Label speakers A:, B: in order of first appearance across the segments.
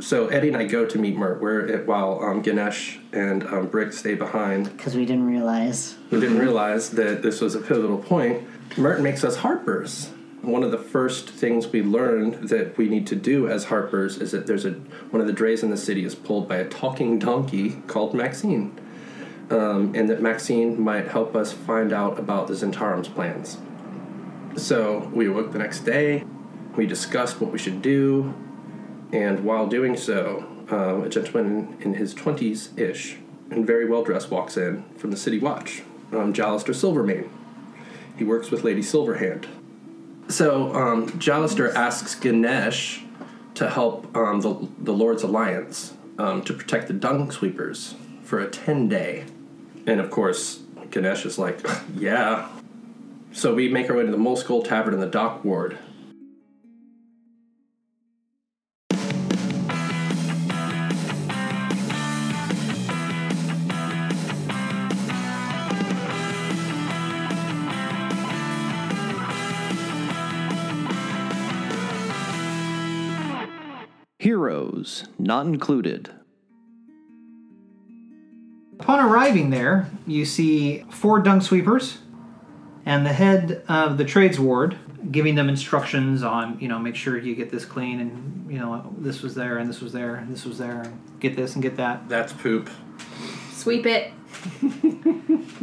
A: So Eddie and I go to meet Mert, where while um, Ganesh and um, Brick stay behind.
B: Because we didn't realize.
A: We didn't realize that this was a pivotal point. Mert makes us harpers. One of the first things we learned that we need to do as harpers is that there's a one of the drays in the city is pulled by a talking donkey called Maxine, um, and that Maxine might help us find out about the Zentarim's plans. So we woke the next day. We discussed what we should do, and while doing so, um, a gentleman in his 20s ish and very well dressed walks in from the City Watch, um, Jalister Silvermane. He works with Lady Silverhand. So, um, Jalister asks Ganesh to help um, the, the Lord's Alliance um, to protect the dung sweepers for a 10 day. And of course, Ganesh is like, yeah. So, we make our way to the Mole Skull Tavern in the Dock Ward,
C: Heroes Not Included.
D: Upon arriving there, you see four dung sweepers and the head of the trades ward giving them instructions on, you know, make sure you get this clean and, you know, this was there and this was there and this was there and get this and get that.
A: That's poop.
E: Sweep it.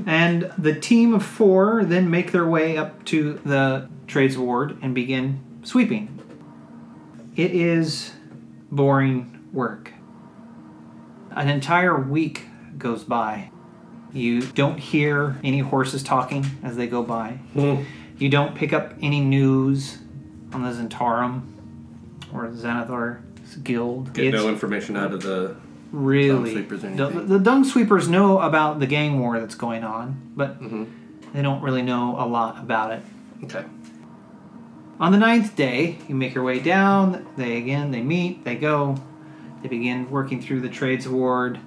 D: And the team of four then make their way up to the trades ward and begin sweeping. It is boring work. An entire week goes by. You don't hear any horses talking as they go by. You don't pick up any news on the Zentarum or Xanathar's guild.
A: Get
D: It's-
A: no information out of the Dung
D: really
A: sweepers or
D: the,
A: anything.
D: the dung sweepers know about the gang war that's going on but
A: Mm-hmm.
D: they don't really know a lot about it
A: Okay.
D: on the ninth day you make your way down they again they meet they go they begin working through the trades ward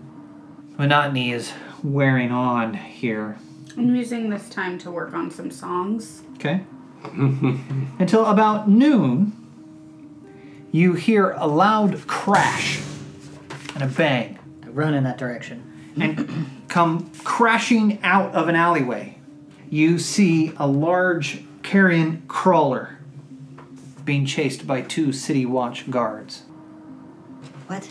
D: monotony is wearing on here
E: I'm using this time to work on some songs.
D: Okay. Until about noon, you hear a loud crash and a bang,
B: Run in that direction.
D: and come crashing out of an alleyway. You see a large carrion crawler being chased by two city watch guards.
B: What?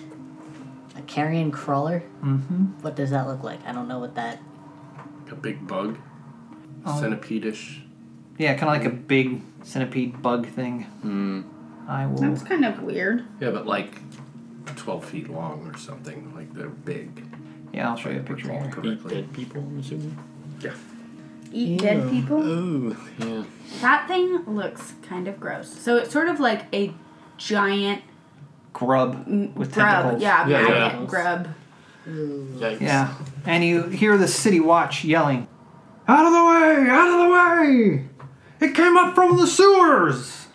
B: A carrion crawler? Mm-hmm. What does that look like? I don't know what that.
A: A big bug. Oh. Centipedish.
D: Yeah, kind of like a big centipede bug thing. I will.
E: That's kind of weird.
A: Yeah, but like 12 feet long or something. Like they're big.
D: Yeah, I'll show you a picture.
A: Recall
D: Here.
A: correctly.
F: Dead people, I'm assuming.
A: Yeah.
E: Eat dead people.
F: Oh, yeah.
E: That thing looks kind of gross. So it's sort of like a giant
D: Grub with
E: Mm, grub.
D: tentacles.
E: Yeah,
F: Yeah, yeah.
E: maggot grub.
F: Yikes.
D: Yeah, and you hear the city watch yelling, "Out of the way! Out of the way! It came up from the sewers!"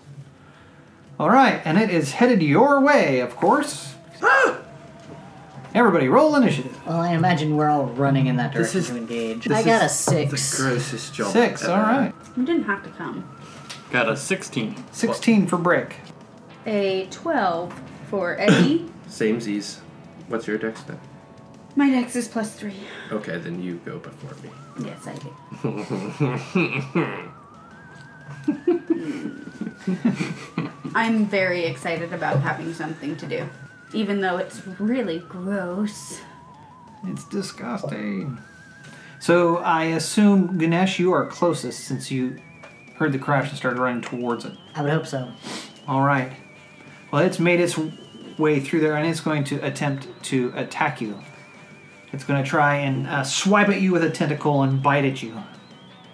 D: All right, and it is headed your way, of course. Ah! Everybody, roll initiative.
B: Well, I imagine we're all running in that direction
A: is-
B: to engage.
A: this
B: I got a
A: is
B: six.
A: grossest job.
D: Six. All right,
E: You didn't have to come.
F: Got a 16.
D: sixteen for Brick.
E: A 12 for Eddie.
A: Same Z's. What's your dex then?
E: My dex is plus three.
A: Okay, then you go before me.
E: Yes, I do. I'm very excited about having something to do, even though it's really gross.
D: It's disgusting. So I assume Ganesh, you are closest since you heard the crash and started running towards it.
B: I would hope so.
D: All right. Well, it's made its way through there, and it's going to attempt to attack you. It's going to try and uh, swipe at you with a tentacle and bite at you.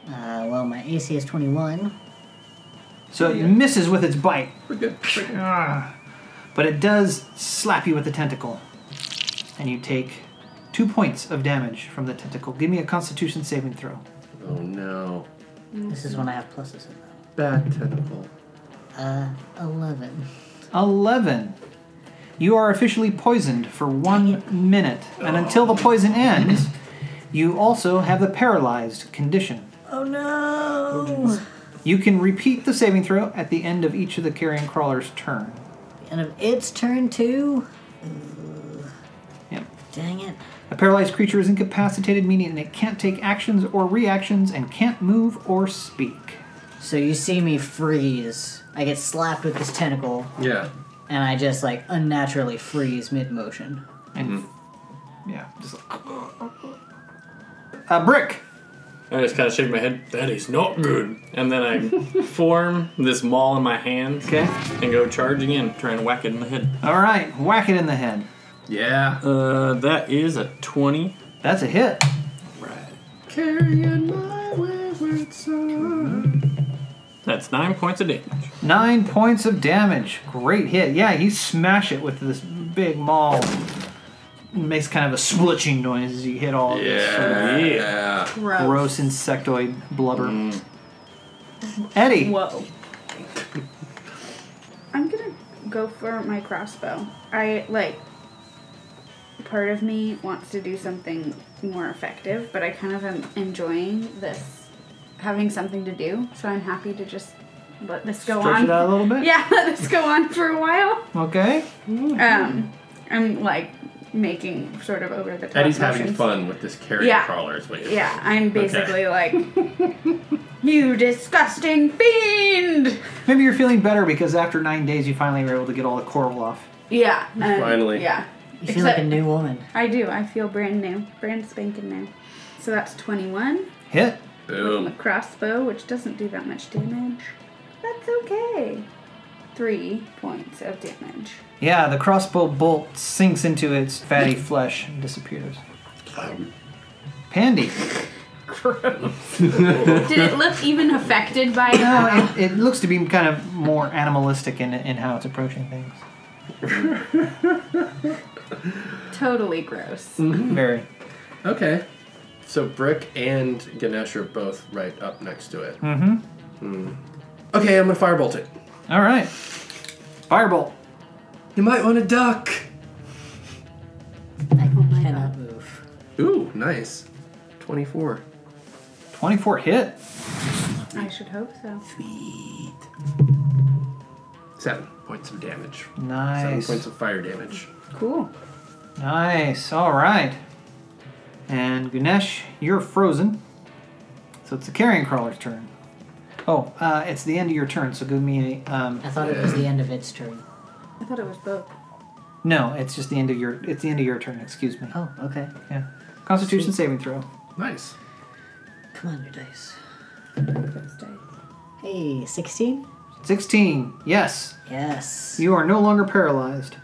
B: Uh, well, my AC is 21.
D: So it misses with its bite,
A: We're good. We're good.
D: but it does slap you with the tentacle, and you take Two points of damage from the tentacle. Give me a Constitution saving throw.
A: Oh no.
B: This is when I have pluses in them.
A: Bad tentacle.
B: Uh, 11.
D: 11. You are officially poisoned for one minute, and until the poison ends, you also have the paralyzed condition.
B: Oh no!
D: You can repeat the saving throw at the end of each of the carrion crawler's turn.
B: And if it's turn two,
D: Yep.
B: dang it.
D: A paralyzed creature is incapacitated, meaning it can't take actions or reactions and can't move or speak.
B: So you see me freeze. I get slapped with this tentacle,
A: Yeah.
B: and I just like unnaturally freeze mid motion.
D: And yeah, just like a brick.
F: I just kind of shake my head. That is not good. And then I form this maul in my hand
D: Okay.
F: and go charging in, trying to whack it in the head.
D: All right, whack it in the head.
A: Yeah.
F: Uh, that is a twenty.
D: That's a hit.
F: Right.
A: Carrying my wayward son.
F: That's nine points of damage.
D: Nine points of damage. Great hit. Yeah, you smash it with this big maul. It makes kind of a switching noise as you hit all of this sort of
A: Yeah.
E: Gross.
D: gross insectoid blubber. Eddie,
E: Whoa. I'm gonna go for my crossbow. I like. Part of me wants to do something more effective, but I kind of am enjoying this, having something to do. So I'm happy to just let this go
D: stretch
E: on.
D: it out a little bit.
E: Yeah, let this go on for a while.
D: Okay.
E: Um, I'm like making sort of over the top.
A: Eddie's having
E: motions.
A: fun with this carrier
E: Yeah.
A: crawler. Is what you're
E: Yeah, I'm basically like, you disgusting fiend.
D: Maybe you're feeling better because after nine days, you finally were able to get all the coral off.
E: Yeah. um,
A: Finally.
E: Yeah.
B: You feel like a
E: Except-
B: new woman.
E: I do. I feel brand new, brand spanking new. So that's 21.
D: Hit.
E: A
A: Boom.
E: crossbow, which doesn't do that much damage. That's okay. Three points of damage.
D: Yeah, the crossbow bolt sinks into its fatty flesh and disappears. Pandy.
E: Did it look even affected by it?
D: No, it, it looks to be kind of more animalistic in, in how it's approaching things.
E: totally gross.
D: Very.
A: Okay. So Brick and Ganesh are both right up next to it. Mm-hmm. Okay, I'm gonna firebolt it.
D: All right. Firebolt.
A: You might want to duck.
B: I
E: my
B: cannot move.
A: Ooh, nice. 24.
D: 24 hit.
E: I should hope so.
A: Sweet. Seven points of damage. Seven
D: Nice.
A: points of fire damage.
E: Cool.
D: Nice. All right. And Ganesh, you're frozen. So it's the carrion crawler's turn. Oh, uh, it's the end of your turn, so give me a. Um,
B: I thought it was the end of its turn.
E: I thought it was both.
D: no, it's just the end of your. It's the end of your turn. Excuse me.
B: Oh, okay.
D: Yeah. Constitution saving throw.
A: Nice.
B: Come on, your dice.
E: Those dice.
B: Hey, 16?
D: 16. Yes.
B: Yes.
D: You are no longer paralyzed.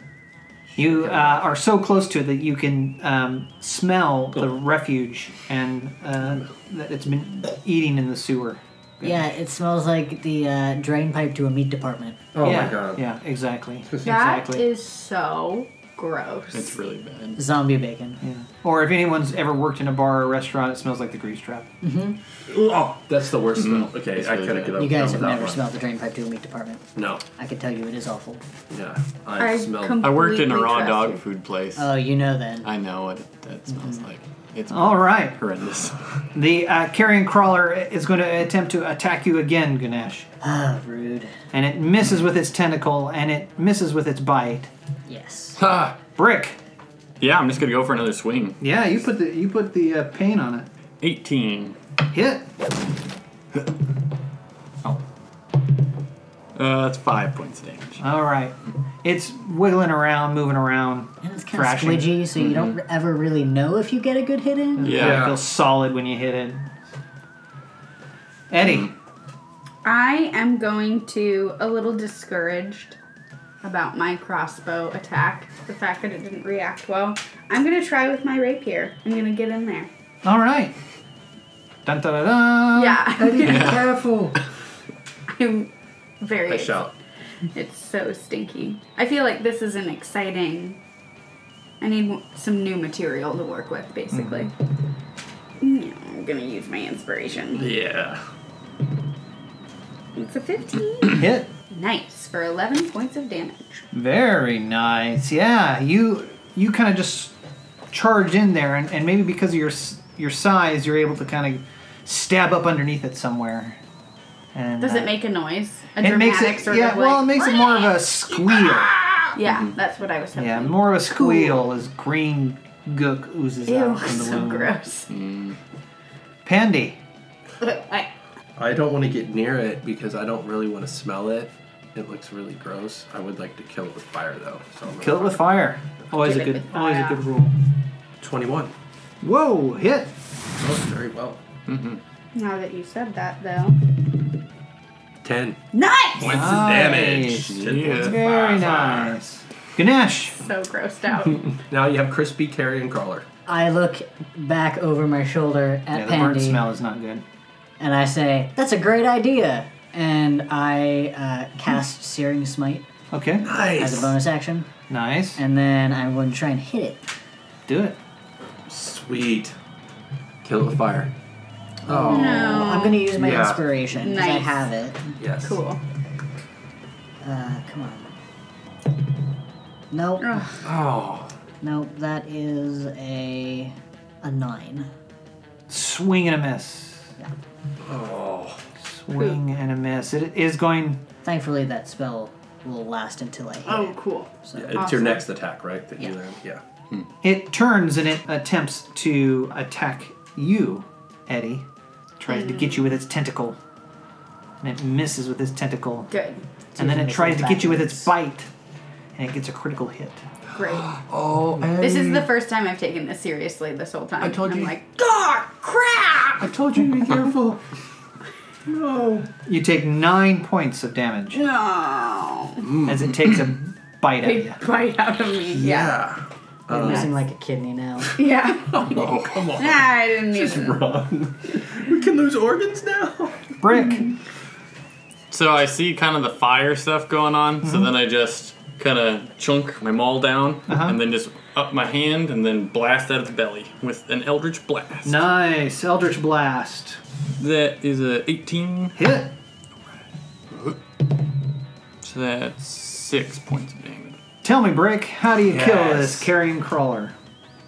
D: You uh, are so close to it that you can um, smell the refuge and uh, that it's been eating in the sewer.
B: yeah, it smells like the uh, drain pipe to a meat department.
A: Oh
D: yeah,
A: my god.
D: Yeah, exactly.
E: That is
D: exactly.
E: so gross.
F: It's really bad.
B: Zombie bacon.
D: Yeah. Or if anyone's ever worked in a bar or restaurant, it smells like the grease trap.
A: Oh, that's the worst smell. Okay,
F: It's
A: I
F: really
A: could
F: bad.
A: have
B: You guys have never smelled the drain pipe to a meat department.
A: No.
B: I can tell you it is awful.
A: Yeah. I,
E: I
A: smelled.
E: com-
F: I worked in a
E: Completely
F: raw
E: trust
F: dog
E: you.
F: food place.
B: Oh, you know then.
F: I know what that smells like. It's
D: All right.
F: horrendous.
D: The uh, carrion crawler is going to attempt to attack you again, Ganesh.
B: Ah, rude.
D: And it misses with its tentacle and it misses with its bite.
B: Yes.
F: Ha!
D: Brick.
F: yeah, I'm just gonna go for another swing.
D: Yeah, you put the you put the uh, pain on it.
F: 18.
D: Hit.
F: Uh, that's five points of damage.
D: All right. It's wiggling around, moving around.
B: And it's kind of
D: Thrashing. Mm-hmm.
B: squidgy, so you don't ever really know if you get a good hit in.
F: Yeah.
D: It feels solid when you hit it. Eddie.
E: I am going to a little discouraged about my crossbow attack, the fact that it didn't react well. I'm gonna try with my rapier. I'm gonna get in there.
D: All right. Dun dun dun.
E: Oh,
D: dun.
E: yeah,
A: Be careful.
E: I'm very.
A: I shout.
E: It's so stinky. I feel like this is an exciting I need w- some new material to work with, basically. Yeah, I'm gonna use my inspiration.
F: Yeah.
E: It's a 15.
D: Hit.
E: nice, for 11 points of damage.
D: Very nice. Yeah, you you kind of just charge in there, and, and maybe because of your s- your size, you're able to kind of stab up underneath it somewhere. And
E: Does
D: uh,
E: it make a noise? A
D: it makes it
E: sort
D: yeah.
E: of
D: well,
E: like-
D: it makes it more of a squeal.
E: Yeah, that's what I was hoping.
D: Yeah, more of a squeal as green gook oozes
E: Ew,
D: out from the
E: so
D: wound.
E: gross.
D: Pandy.
E: I-
A: I don't want to get near it because I don't really want to smell it. It looks really gross. I would like to kill it with fire though. So I'm gonna
D: Kill it with fire. Always
E: Kill
D: a
E: it
D: good
E: with
D: always a
E: fire.
D: good rule.
A: 21.
D: Whoa, hit.
A: Oh, very well.
E: now that you said that, though.
A: 10.
E: Nice!
F: Points of
D: Nice.
F: damage. Yeah.
D: Very nice. Ganesh.
E: So grossed out.
A: Now you have crispy carrion crawler.
B: I look back over my shoulder at
D: Yeah, the burnt
B: Pandy
D: smell is not good.
B: and I say, "That's a great idea." And I uh, cast Searing Smite
D: Okay.
B: as a bonus action,
D: Nice.
B: and then I'm going to try and hit it.
D: Do it.
A: Sweet. Kill it with fire.
D: Oh,
B: Well, I'm going to use my
A: Yeah.
B: inspiration because I
E: Nice.
B: have it.
A: Yes.
E: cool.
B: Uh, come on. Nope.
E: Ugh.
A: Oh.
B: Nope. That is a a nine.
D: Swing and a miss.
B: Yeah.
A: Oh.
D: Swing and a miss. It is going.
B: Thankfully, that spell will last until I hit
E: Oh,
B: it.
E: cool.
B: So,
A: It's your
E: Awesome.
A: next attack, right? That
B: Yeah.
A: you land? Yeah.
D: It turns and it attempts to attack you, Eddie. Tries to get you with its tentacle. And it misses with its tentacle.
E: Good.
D: and then it
B: Misses
D: tries to get you with its
B: backwards.
D: bite. And it gets a critical hit.
E: Great.
A: Oh,
E: This is the first time I've taken this seriously this whole time.
A: I told
E: am
A: you-
E: like, God, crap!
A: I told you to be careful. no.
D: You take nine points of damage
E: No.
D: as it takes a bite at
E: Big
D: you.
E: bite out of me. Yeah.
A: Yeah.
B: I'm losing like a kidney now.
E: Yeah.
A: Oh, come on.
E: Nah, I didn't even.
A: Wrong. we can lose organs now.
D: Brick.
F: So I see kind of the fire stuff going on. So then I just kind of chunk my maul down and then just up my hand and then blast out of the belly with an eldritch blast.
D: Nice. Eldritch Blast.
F: That is a 18.
D: Hit.
F: So that's six points of damage.
D: Tell me, Brick, how do you kill
A: Yes.
D: this carrion crawler?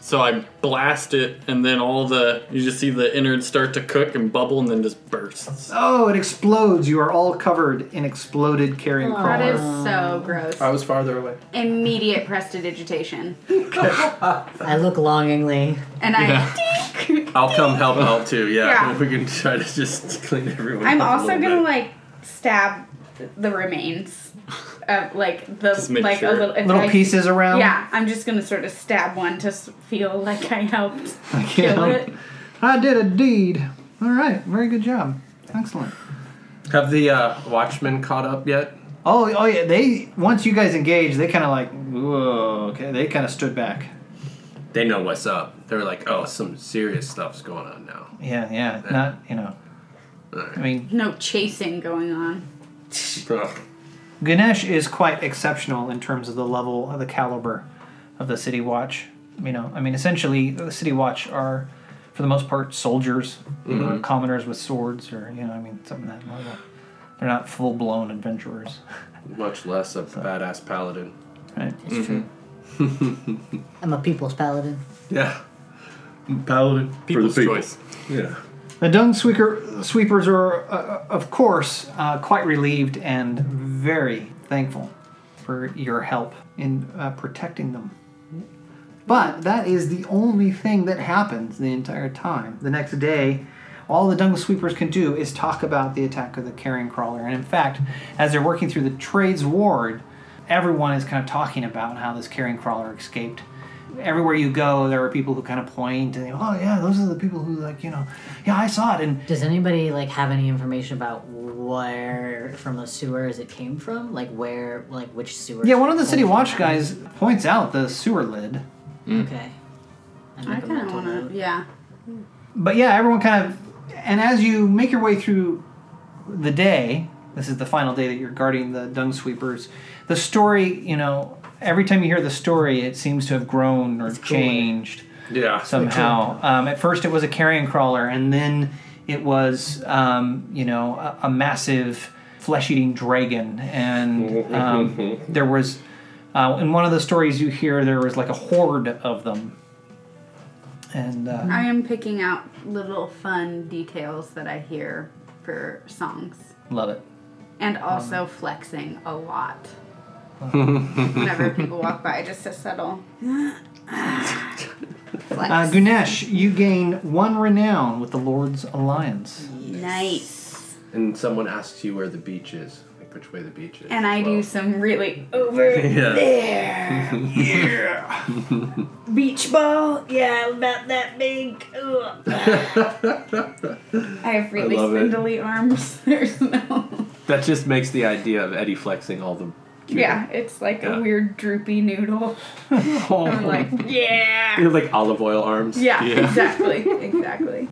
F: So I blast it, and then all the you just see the innards start to cook and bubble, and then just bursts.
D: Oh, it explodes. You are all covered in exploded carrion
E: That
D: crawler.
E: is so gross.
A: I was farther away.
E: Immediate prestidigitation.
B: I look longingly.
E: And I.
A: I'll come help out too. Yeah,
E: Yeah.
A: we can try to just clean everyone.
E: I'm
A: up a
E: also
A: little
E: gonna
A: bit.
E: like stab the remains of like the
F: Just make
E: like
F: sure.
E: a little if
D: Little
E: I-
D: pieces around.
E: Yeah, I'm just gonna sort of stab one to s- feel like I helped kill
D: help.
E: it.
D: I did a deed. All right. Very good job. Excellent.
A: have the uh, Watchmen caught up yet?
D: Oh, oh yeah. They once you guys engaged, they kind of like whoa. Okay. They kind of stood back.
A: They know what's up. They're like, oh, some serious stuff's going on now.
D: Yeah. Yeah. Not you know. I mean,
E: No chasing going on.
A: Ugh.
D: Ganesh is quite exceptional in terms of the level of the caliber of the City Watch. You know, I mean, essentially, the City Watch are, for the most part, soldiers, you know, commoners with swords, or you know, I mean, something that level. They're not full-blown adventurers,
A: Much less a badass paladin.
D: right?
B: It's true. I'm a people's paladin.
A: Yeah, paladin
F: People's choice.
A: Yeah.
D: The dung sweeper, sweepers are, uh, of course, uh, quite relieved and very thankful for your help in uh, protecting them. But that is the only thing that happens the entire time. The next day, all the dung sweepers can do is talk about the attack of the carrion crawler. And in fact, as they're working through the trades ward, everyone is kind of talking about how this carrion crawler escaped. Everywhere you go, there are people who kind of point and, oh, yeah, those are the people who, like, you know, yeah, I saw it. And
B: Does anybody like have any information about where from the sewers it came from? Like where, like which sewer?
D: yeah, one of the City Watch guys points out the sewer lid.
B: Okay. make
E: I
B: a
E: kind of
B: mental
E: wanna.
B: note.
E: Yeah.
D: but yeah, everyone kind of, and as you make your way through the day, this is the final day that you're guarding the dung sweepers. The story, you know, every time you hear the story, it seems to have grown or
B: cooler.
D: changed
A: Yeah.
D: somehow. Um, at first, it was a carrion crawler, and then it was, um, you know, a, a massive flesh-eating dragon. And um, there was, uh, in one of the stories you hear, there was like a horde of them. And uh,
E: I am picking out little fun details that I hear for songs.
D: love it.
E: And also
A: Mm.
E: flexing a lot. Whenever people walk by, just to settle. Flex.
D: Uh, Gunesh, you gain one renown with the Lord's Alliance.
E: nice.
G: And someone asks you where the beach is, like which way the beach is.
E: And I do
G: Well,
E: some really over there. Yeah. Beach ball. Yeah, about that big. Ugh. I have really
G: love it.
E: spindly arms. There's no.
G: That just makes the idea of Eddie flexing all the. cuter.
E: Yeah, it's like
G: Yeah.
E: a weird droopy noodle. I'm
G: Oh.
E: like, yeah.
G: You have like olive oil arms.
E: Yeah,
F: Yeah.
E: exactly, exactly.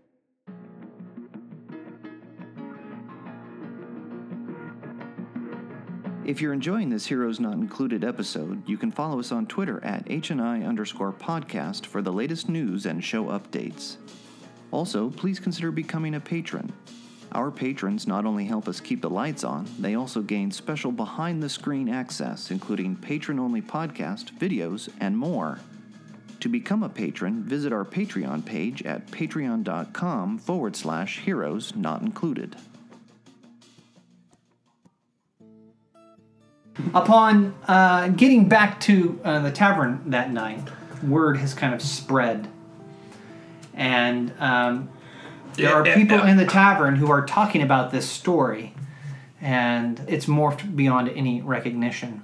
C: If you're enjoying this Heroes Not Included episode, you can follow us on Twitter at HNI underscore podcast for the latest news and show updates. Also, please consider becoming a patron. Our patrons not only help us keep the lights on, they also gain special behind the screen access, including patron only podcast, videos, and more. To become a patron, visit our Patreon page at patreon.com forward slash heroes not included.
D: Upon uh, getting back to uh, the tavern that night, word has kind of spread. And um, there are people in the tavern who are talking about this story, and it's morphed beyond any recognition.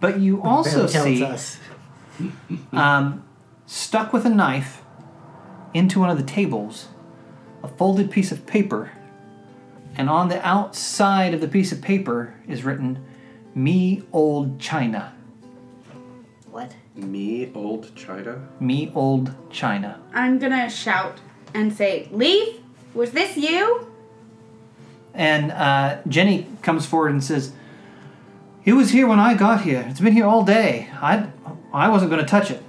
D: But you also
B: Barely tells
D: see
B: us.
D: stuck with a knife into one of the tables, a folded piece of paper, and on the outside of the piece of paper is written, Me Old China.
B: What?
G: Me, old China.
D: Me Old China.
E: I'm gonna shout and say, "Leaf, was this you?"
D: And uh, Jenny comes forward and says, It was here when I got here. It's been here all day. I, I wasn't going to touch it.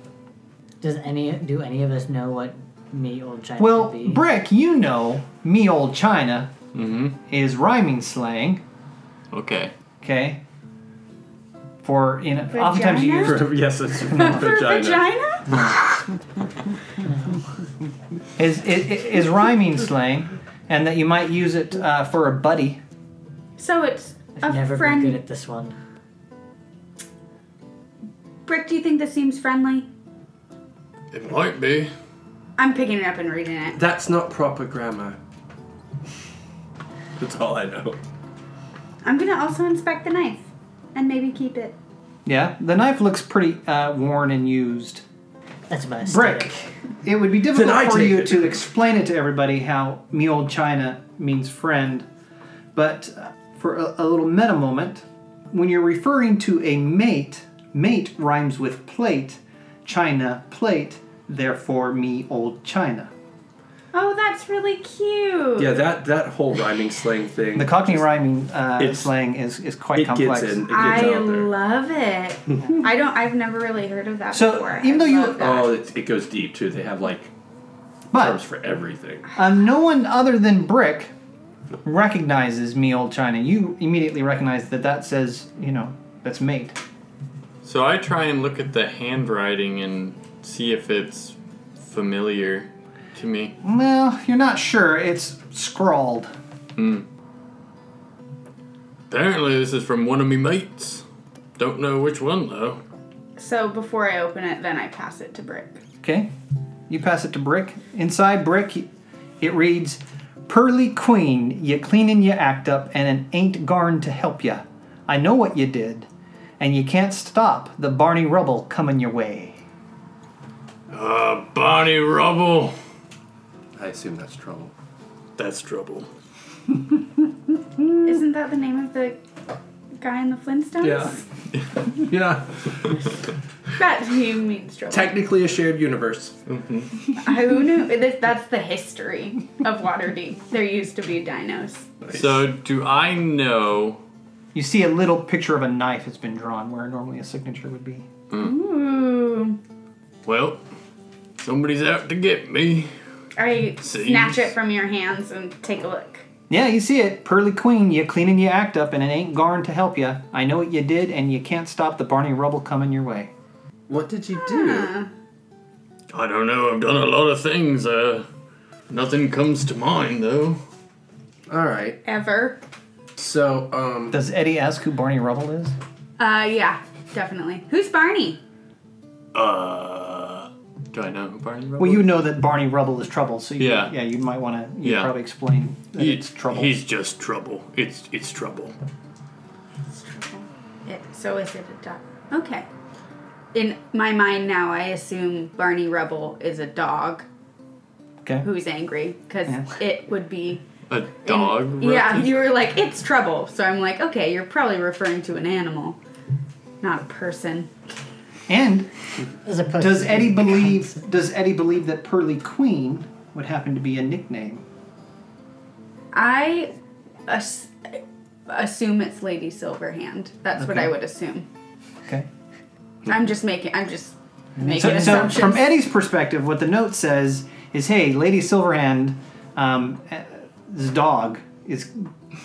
B: Does any do any of us know what me old China
D: Well,
B: could be?
D: Brick, you know Me Old China is rhyming slang.
F: Okay.
D: Okay. For you know, oftentimes you
E: Vagina?
D: use
G: yes, it's
E: For vagina?
D: is, is is rhyming slang, and that you might use it uh, for a buddy.
E: So it's
B: I've
E: a
B: never
E: friend.
B: been good at this one.
E: Brick, do you think this seems friendly?
F: It might be.
E: I'm picking it up and reading it.
G: That's not proper grammar. That's all I know.
E: I'm gonna also inspect the knife and maybe keep it.
D: Yeah, the knife looks pretty uh, worn and used.
B: That's about
D: Brick, it would be difficult
G: I
D: for
G: take
D: you
G: it.
D: to explain it to everybody how me old China means friend, but uh, for a, a little meta moment, when you're referring to a mate, mate rhymes with plate, China plate, therefore me old China.
E: Oh, that's really cute.
G: Yeah, that that whole rhyming slang thing.
D: The Cockney rhyming uh,
G: It's-
D: slang is, is quite
G: it
D: complex.
G: gets in. It gets
E: I
G: out there.
E: love it. I don't. I've never really heard of that
D: So,
E: before.
D: even
E: I
D: though you-
E: love that.
G: Oh, it, it goes deep too. They have like terms
D: But
G: for everything.
D: um, no one other than Brick recognizes me old China. You immediately recognize that that says, you know, that's mate.
F: So I try and look at the handwriting and see if it's familiar to me.
D: Well, you're not sure. It's scrawled.
F: Apparently, this is from one of me mates. Don't know which one though.
E: So before I open it, then I pass it to Brick.
D: Okay. You pass it to Brick. Inside Brick, it reads, Pearly Queen, you cleaning your act up and it ain't garn to help ya. I know what you did, and you can't stop the Barney rubble coming your way.
F: Uh, Bonnie Rubble.
G: I assume that's trouble.
F: That's trouble.
E: Isn't that the name of the guy in the Flintstones?
G: Yeah. yeah.
E: That he means trouble.
G: Technically a shared universe.
E: Who knew? This, that's the history of Waterdeep. There used to be dinos.
F: So do I know?
D: You see a little picture of a knife has been drawn where normally a signature would be.
E: Ooh.
F: Well, somebody's out to get me.
E: I
F: Seems-
E: snatch it from your hands and take a look.
D: Yeah, you see it. Pearly Queen, you cleaning your act up, and it ain't garn to help you. I know what you did, and you can't stop the Barney rubble coming your way.
G: What did you do?
E: Uh,
F: I don't know. I've done a lot of things. Uh, nothing comes to mind though.
G: All right.
E: Ever?
G: So, um,
D: Does Eddie ask who Barney Rubble is?
E: Uh, yeah, definitely. Who's Barney?
F: Uh, do I know who Barney Rubble?
D: Well, you know that Barney Rubble is trouble, so you,
F: Yeah.
D: yeah, you might want to. You
F: Yeah.
D: probably explain that
F: He-
D: it's trouble.
F: He's just trouble. It's it's trouble.
E: It, so is it a dog? Okay. In my mind now, I assume Barney Rubble is a dog
D: okay.
E: who's angry because
D: Yeah.
E: it would be.
F: A
E: in-
F: dog.
E: yeah,
F: reference?
E: you were like, it's trouble. So I'm like, okay, you're probably referring to an animal, not a person.
D: And
B: As opposed
D: does
B: to-
D: Eddie believe? Does Eddie believe that Pearly Queen would happen to be a nickname?
E: I ass- assume it's Lady Silverhand. That's what
D: Okay.
E: I would assume.
D: Okay.
E: I'm just making. I'm just making
D: So, so
E: assumptions.
D: from Eddie's perspective, what the note says is, "Hey, Lady Silverhand, um, eh, this dog is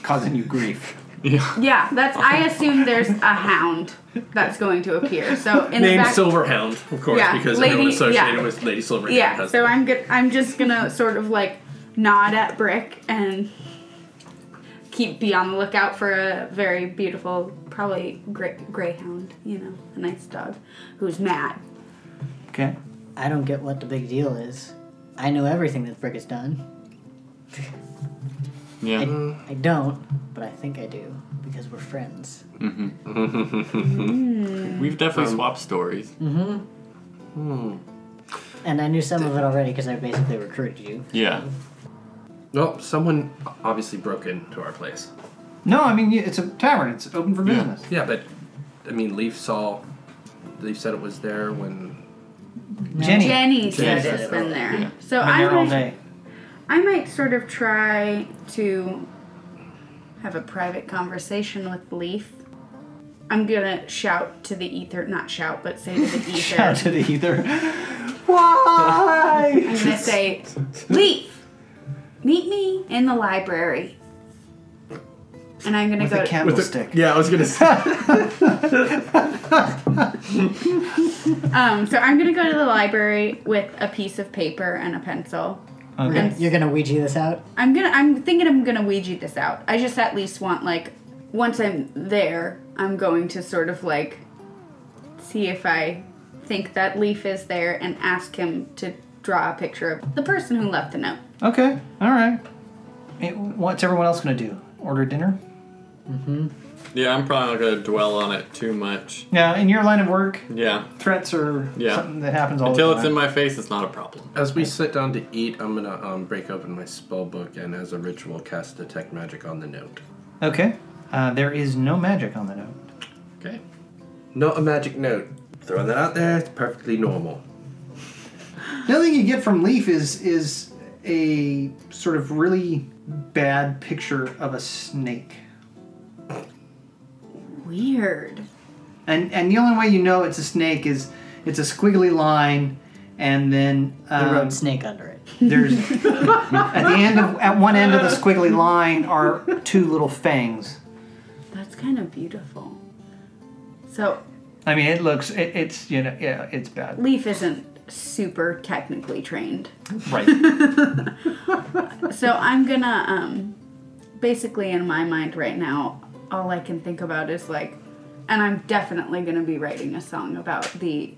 D: causing you grief."
E: yeah, that's. I assume there's a hound that's going to appear. So in
A: Named
E: the back,
A: Silverhound, of course,
E: Yeah,
A: because
E: lady-
A: everyone associated
E: yeah.
A: with Lady Silverhand.
E: Yeah.
A: has
E: So
A: that.
E: I'm good. I'm just gonna sort of like nod at Brick and keep be on the lookout for a very beautiful, probably gray, greyhound. You know, a nice dog who's mad.
D: Okay.
B: I don't get what the big deal is. I know everything that Brick has done.
F: yeah.
B: I don't, but I think I do because we're friends.
F: We've definitely swapped stories.
B: And I knew some of it already because I basically recruited you.
F: Yeah.
G: well, someone.
A: obviously broke into our place.
D: No, I mean it's a tavern. It's open for business.
G: Yeah, but I mean, Leaf saw. Leaf said it was there when.
D: Jenny,
E: Jenny said
B: Jenny
E: it's
B: said
E: been there.
F: Yeah.
E: So
D: been
E: I
D: there all
E: might-
D: day.
E: I might sort of try to have a private conversation with Leaf. I'm gonna shout to the ether, not shout, but say to the
D: Shout to
E: ether.
D: the ether. Why?
E: I'm gonna say, Leaf, meet me in the library. And I'm gonna
D: With
E: go.
D: a candlestick.
A: Yeah, I was gonna say.
E: um, so I'm gonna go to the library with a piece of paper and a pencil.
B: We're gonna- you're gonna Ouija this out?
E: I'm gonna. I'm thinking I'm gonna Ouija this out. I just at least want like, once I'm there, I'm going to sort of like, see if I think that Leaf is there and ask him to draw a picture of the person who left the note.
D: Okay. All right. Hey, What's everyone else gonna do? Order dinner?
F: Yeah. I'm probably not gonna dwell on it too much.
D: Now, in your line of work,
F: Yeah.
D: threats are
F: Yeah.
D: something that happens all
F: Until
D: the
F: it's
D: time.
F: in my face, it's not a problem.
G: As we sit down to eat, I'm gonna um, break open my spell book and, as a ritual, cast detect magic on the note.
D: okay. Uh, there is no magic on the note.
G: Okay. Not a magic note. Throwing that out there, it's perfectly normal.
D: The other thing you get from Leaf is is a sort of really bad picture of a snake.
E: Weird.
D: And and the only way you know it's a snake is it's a squiggly line, and then
B: I
D: um,
B: wrote snake under it.
D: there's at the end of at one end of the squiggly line are two little fangs.
E: That's kind of beautiful. So
D: I mean, it looks it, it's you know yeah it's bad.
E: Leaf isn't super technically trained.
D: Right.
E: So I'm gonna um basically in my mind right now, all I can think about is like and I'm definitely gonna be writing a song about the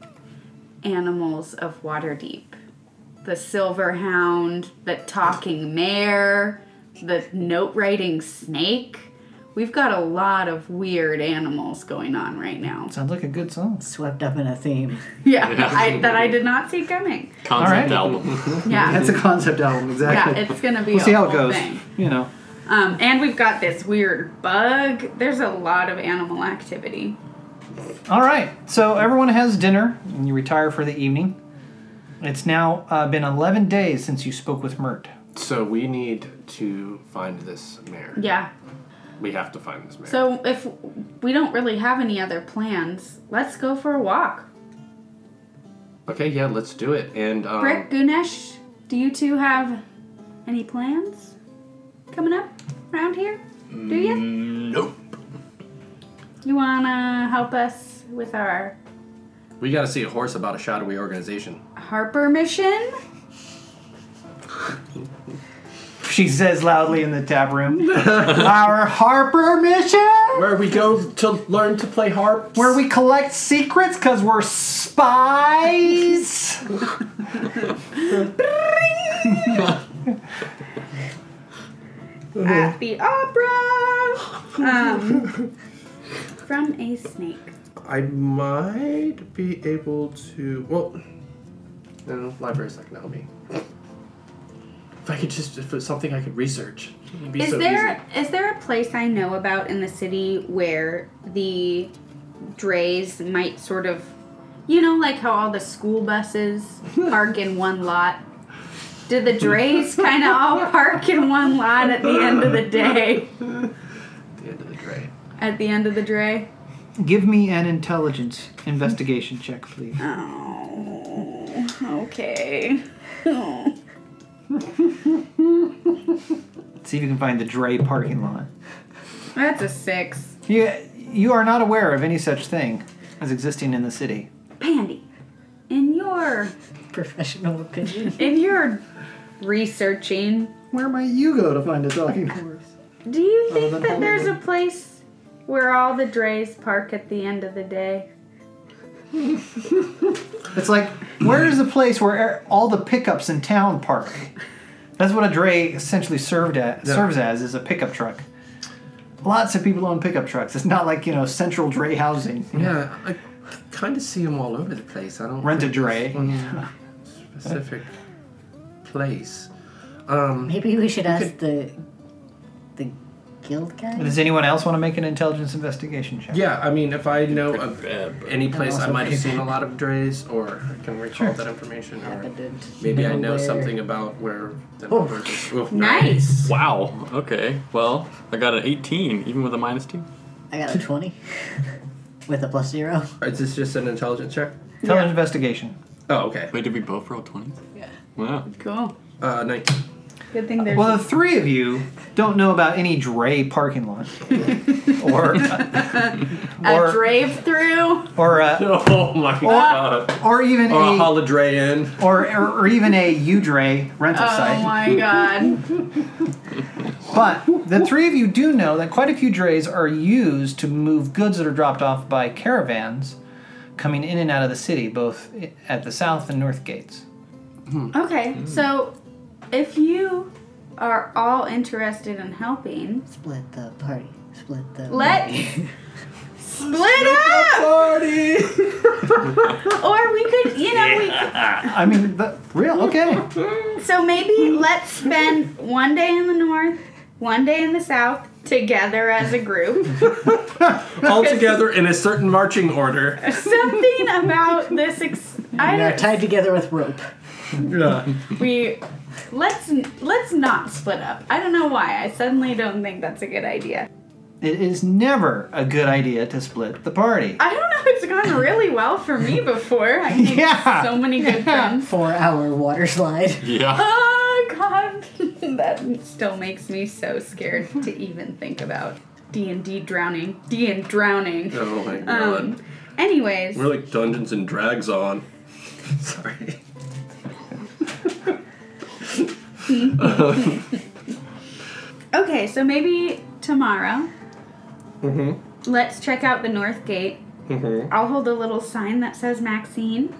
E: animals of Waterdeep. The silver hound, the talking mare, the note writing snake. We've got a lot of weird animals going on right now.
D: Sounds like a good song.
B: Swept up in a theme.
E: Yeah, I, that I did not see coming.
F: Concept
D: Alright.
F: album.
E: Yeah,
D: That's a concept album, exactly.
E: yeah, it's gonna be.
D: we'll
E: a
D: see how it
E: whole
D: goes.
E: Thing.
D: You know.
E: Um, and we've got this weird bug. There's a lot of animal activity.
D: All right. So everyone has dinner, and you retire for the evening. It's now uh, been 11 days since you spoke with Mert.
G: So we need to find this mayor.
E: Yeah.
G: We have to find this mayor.
E: So if we don't really have any other plans, let's go for a walk.
G: Okay, yeah, let's do it. And um,
E: Brick, Gunesh, do you two have any plans coming up around here? Do you?
F: Nope.
E: You wanna help us with our
G: we got to see a horse about a shadowy organization.
E: Harper mission?
D: She says loudly in the tap room, Our Harper mission?
A: Where we go to learn to play harps.
D: Where we collect secrets because we're spies?
E: At the opera! Um, from a snake.
A: I might be able to. Well, no, library's not gonna help me. If I could just, if it's something I could research, it'd be
E: Is
A: so
E: there is there a place I know about in the city where the drays might sort of, you know, like how all the school buses park in one lot? Do the drays kind of all park in one lot at the end of the day?
G: At the end of the day.
E: At the end of the dray?
D: Give me an intelligence investigation check, please.
E: Oh, okay. Oh,
D: See if you can find the Dre parking lot.
E: that's a six.
D: You, you are not aware of any such thing as existing in the city.
E: Pandy, in your
B: Professional opinion.
E: in your researching,
H: Where might you go to find a talking horse?
E: Do you
H: Other
E: think
H: than
E: that there's a
H: Hollywood.
E: place where all the drays park at the end of the day?
D: It's like, where is the place where all the pickups in town park? That's what a dray essentially served at, serves as is a pickup truck. Lots of people own pickup trucks. It's not like you know central dray housing.
G: Yeah, I kind of see them all over the place. I don't
D: Rent a
G: think
D: dray.
G: Mm-hmm. specific place.
B: Maybe we should ask the the guild guy.
D: Does anyone else want to make an intelligence investigation check?
G: Yeah, I mean, if I know of
F: Bad,
G: any place I
B: also
G: might have
B: pretty
G: seen a lot of drays, or I can recall that information, or
B: Evident.
G: maybe I know
B: Nowhere.
G: something about where. The
B: Oh.
G: numbers- oh,
E: Nice.
F: Wow. Okay. Well, I got an 18, even with a minus two.
B: I got a twenty with a plus zero.
G: Is this just an intelligence check?
D: Intelligence investigation.
G: Oh, okay.
F: Wait, did we both roll 20s?
B: Yeah.
F: Wow.
E: Cool.
G: Uh, 19.
E: Good thing there's.
D: Well, the three of you don't know about any dray parking lot, or
E: a
D: or
E: drive through.
D: or uh,
F: Oh my god.
D: or even
G: Or a
D: a
G: holiday inn.
D: or, or, or even a U dray rental
E: Oh
D: site.
E: my god.
D: But the three of you do know that quite a few drays are used to move goods that are dropped off by caravans coming in and out of the city, both i- at the south and north gates.
E: Okay, so if you are all interested in helping,
B: Split the party. Split the.
E: let split up,
G: Party!
E: or we could, you know, we.
D: I mean, the, real okay.
E: So maybe let's spend one day in the north, one day in the south, together as a group.
G: All together in a certain marching order.
E: Something about this. Ex- I
B: We are
E: don't.
B: tied together with rope.
E: we let's let's not split up. I don't know why. I suddenly don't think that's a good idea.
D: It is never a good idea to split the party.
E: I don't know. It's gone really well for me before. I made
D: Yeah.
E: so many good friends.
B: Four hour water slide.
F: Yeah.
E: Oh God, that still makes me so scared to even think about D and D drowning. D and drowning.
G: Oh my god.
E: Um. Anyways,
G: We're like Dungeons and Drags on. Sorry.
E: okay. So maybe tomorrow.
D: Mm-hmm.
E: Let's check out the north gate.
G: Mm-hmm.
E: I'll hold a little sign that says Maxine.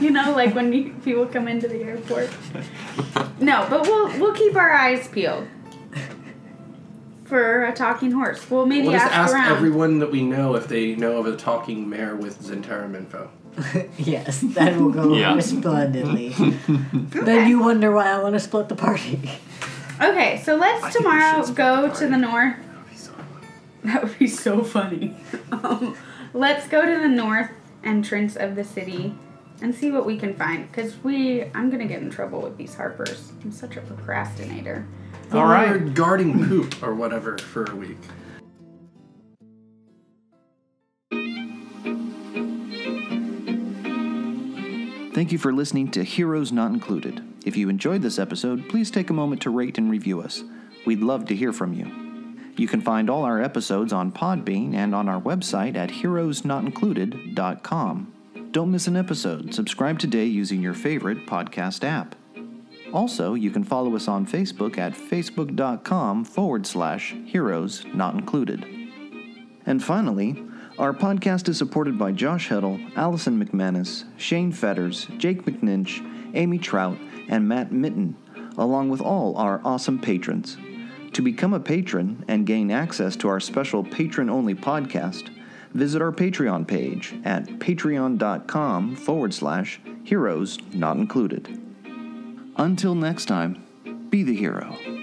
E: you know, like when you, people come into the airport. No, but we'll we'll keep our eyes peeled for a talking horse. We'll maybe
G: Let us
E: ask,
G: ask
E: around.
G: everyone that we know if they know of a talking mare with Zentarum info.
B: Yes, that will go
F: Yeah.
B: over splendidly. then you wonder why I want to split the party.
E: Okay, so let's
G: think we
E: tomorrow
G: should split the
E: go to the
G: party.
E: north. That would be so funny. um, let's go to the north entrance of the city and see what we can find. Cause we, I'm gonna get in trouble with these Harpers. I'm such a procrastinator.
D: All
G: We're
D: right.
G: guarding poop or whatever for a week.
C: Thank you for listening to Heroes Not Included. If you enjoyed this episode, please take a moment to rate and review us. We'd love to hear from you. You can find all our episodes on Podbean and on our website at heroesnotincluded.com. Don't miss an episode. Subscribe today using your favorite podcast app. Also, you can follow us on Facebook at facebook.com forward slash heroes not included. And finally, our podcast is supported by Josh Heddle, Allison McManus, Shane Fetters, Jake McNinch, Amy Trout, and Matt Mitten, along with all our awesome patrons. To become a patron and gain access to our special patron only podcast, visit our Patreon page at patreon.com forward slash heroes not included. Until next time, be the hero.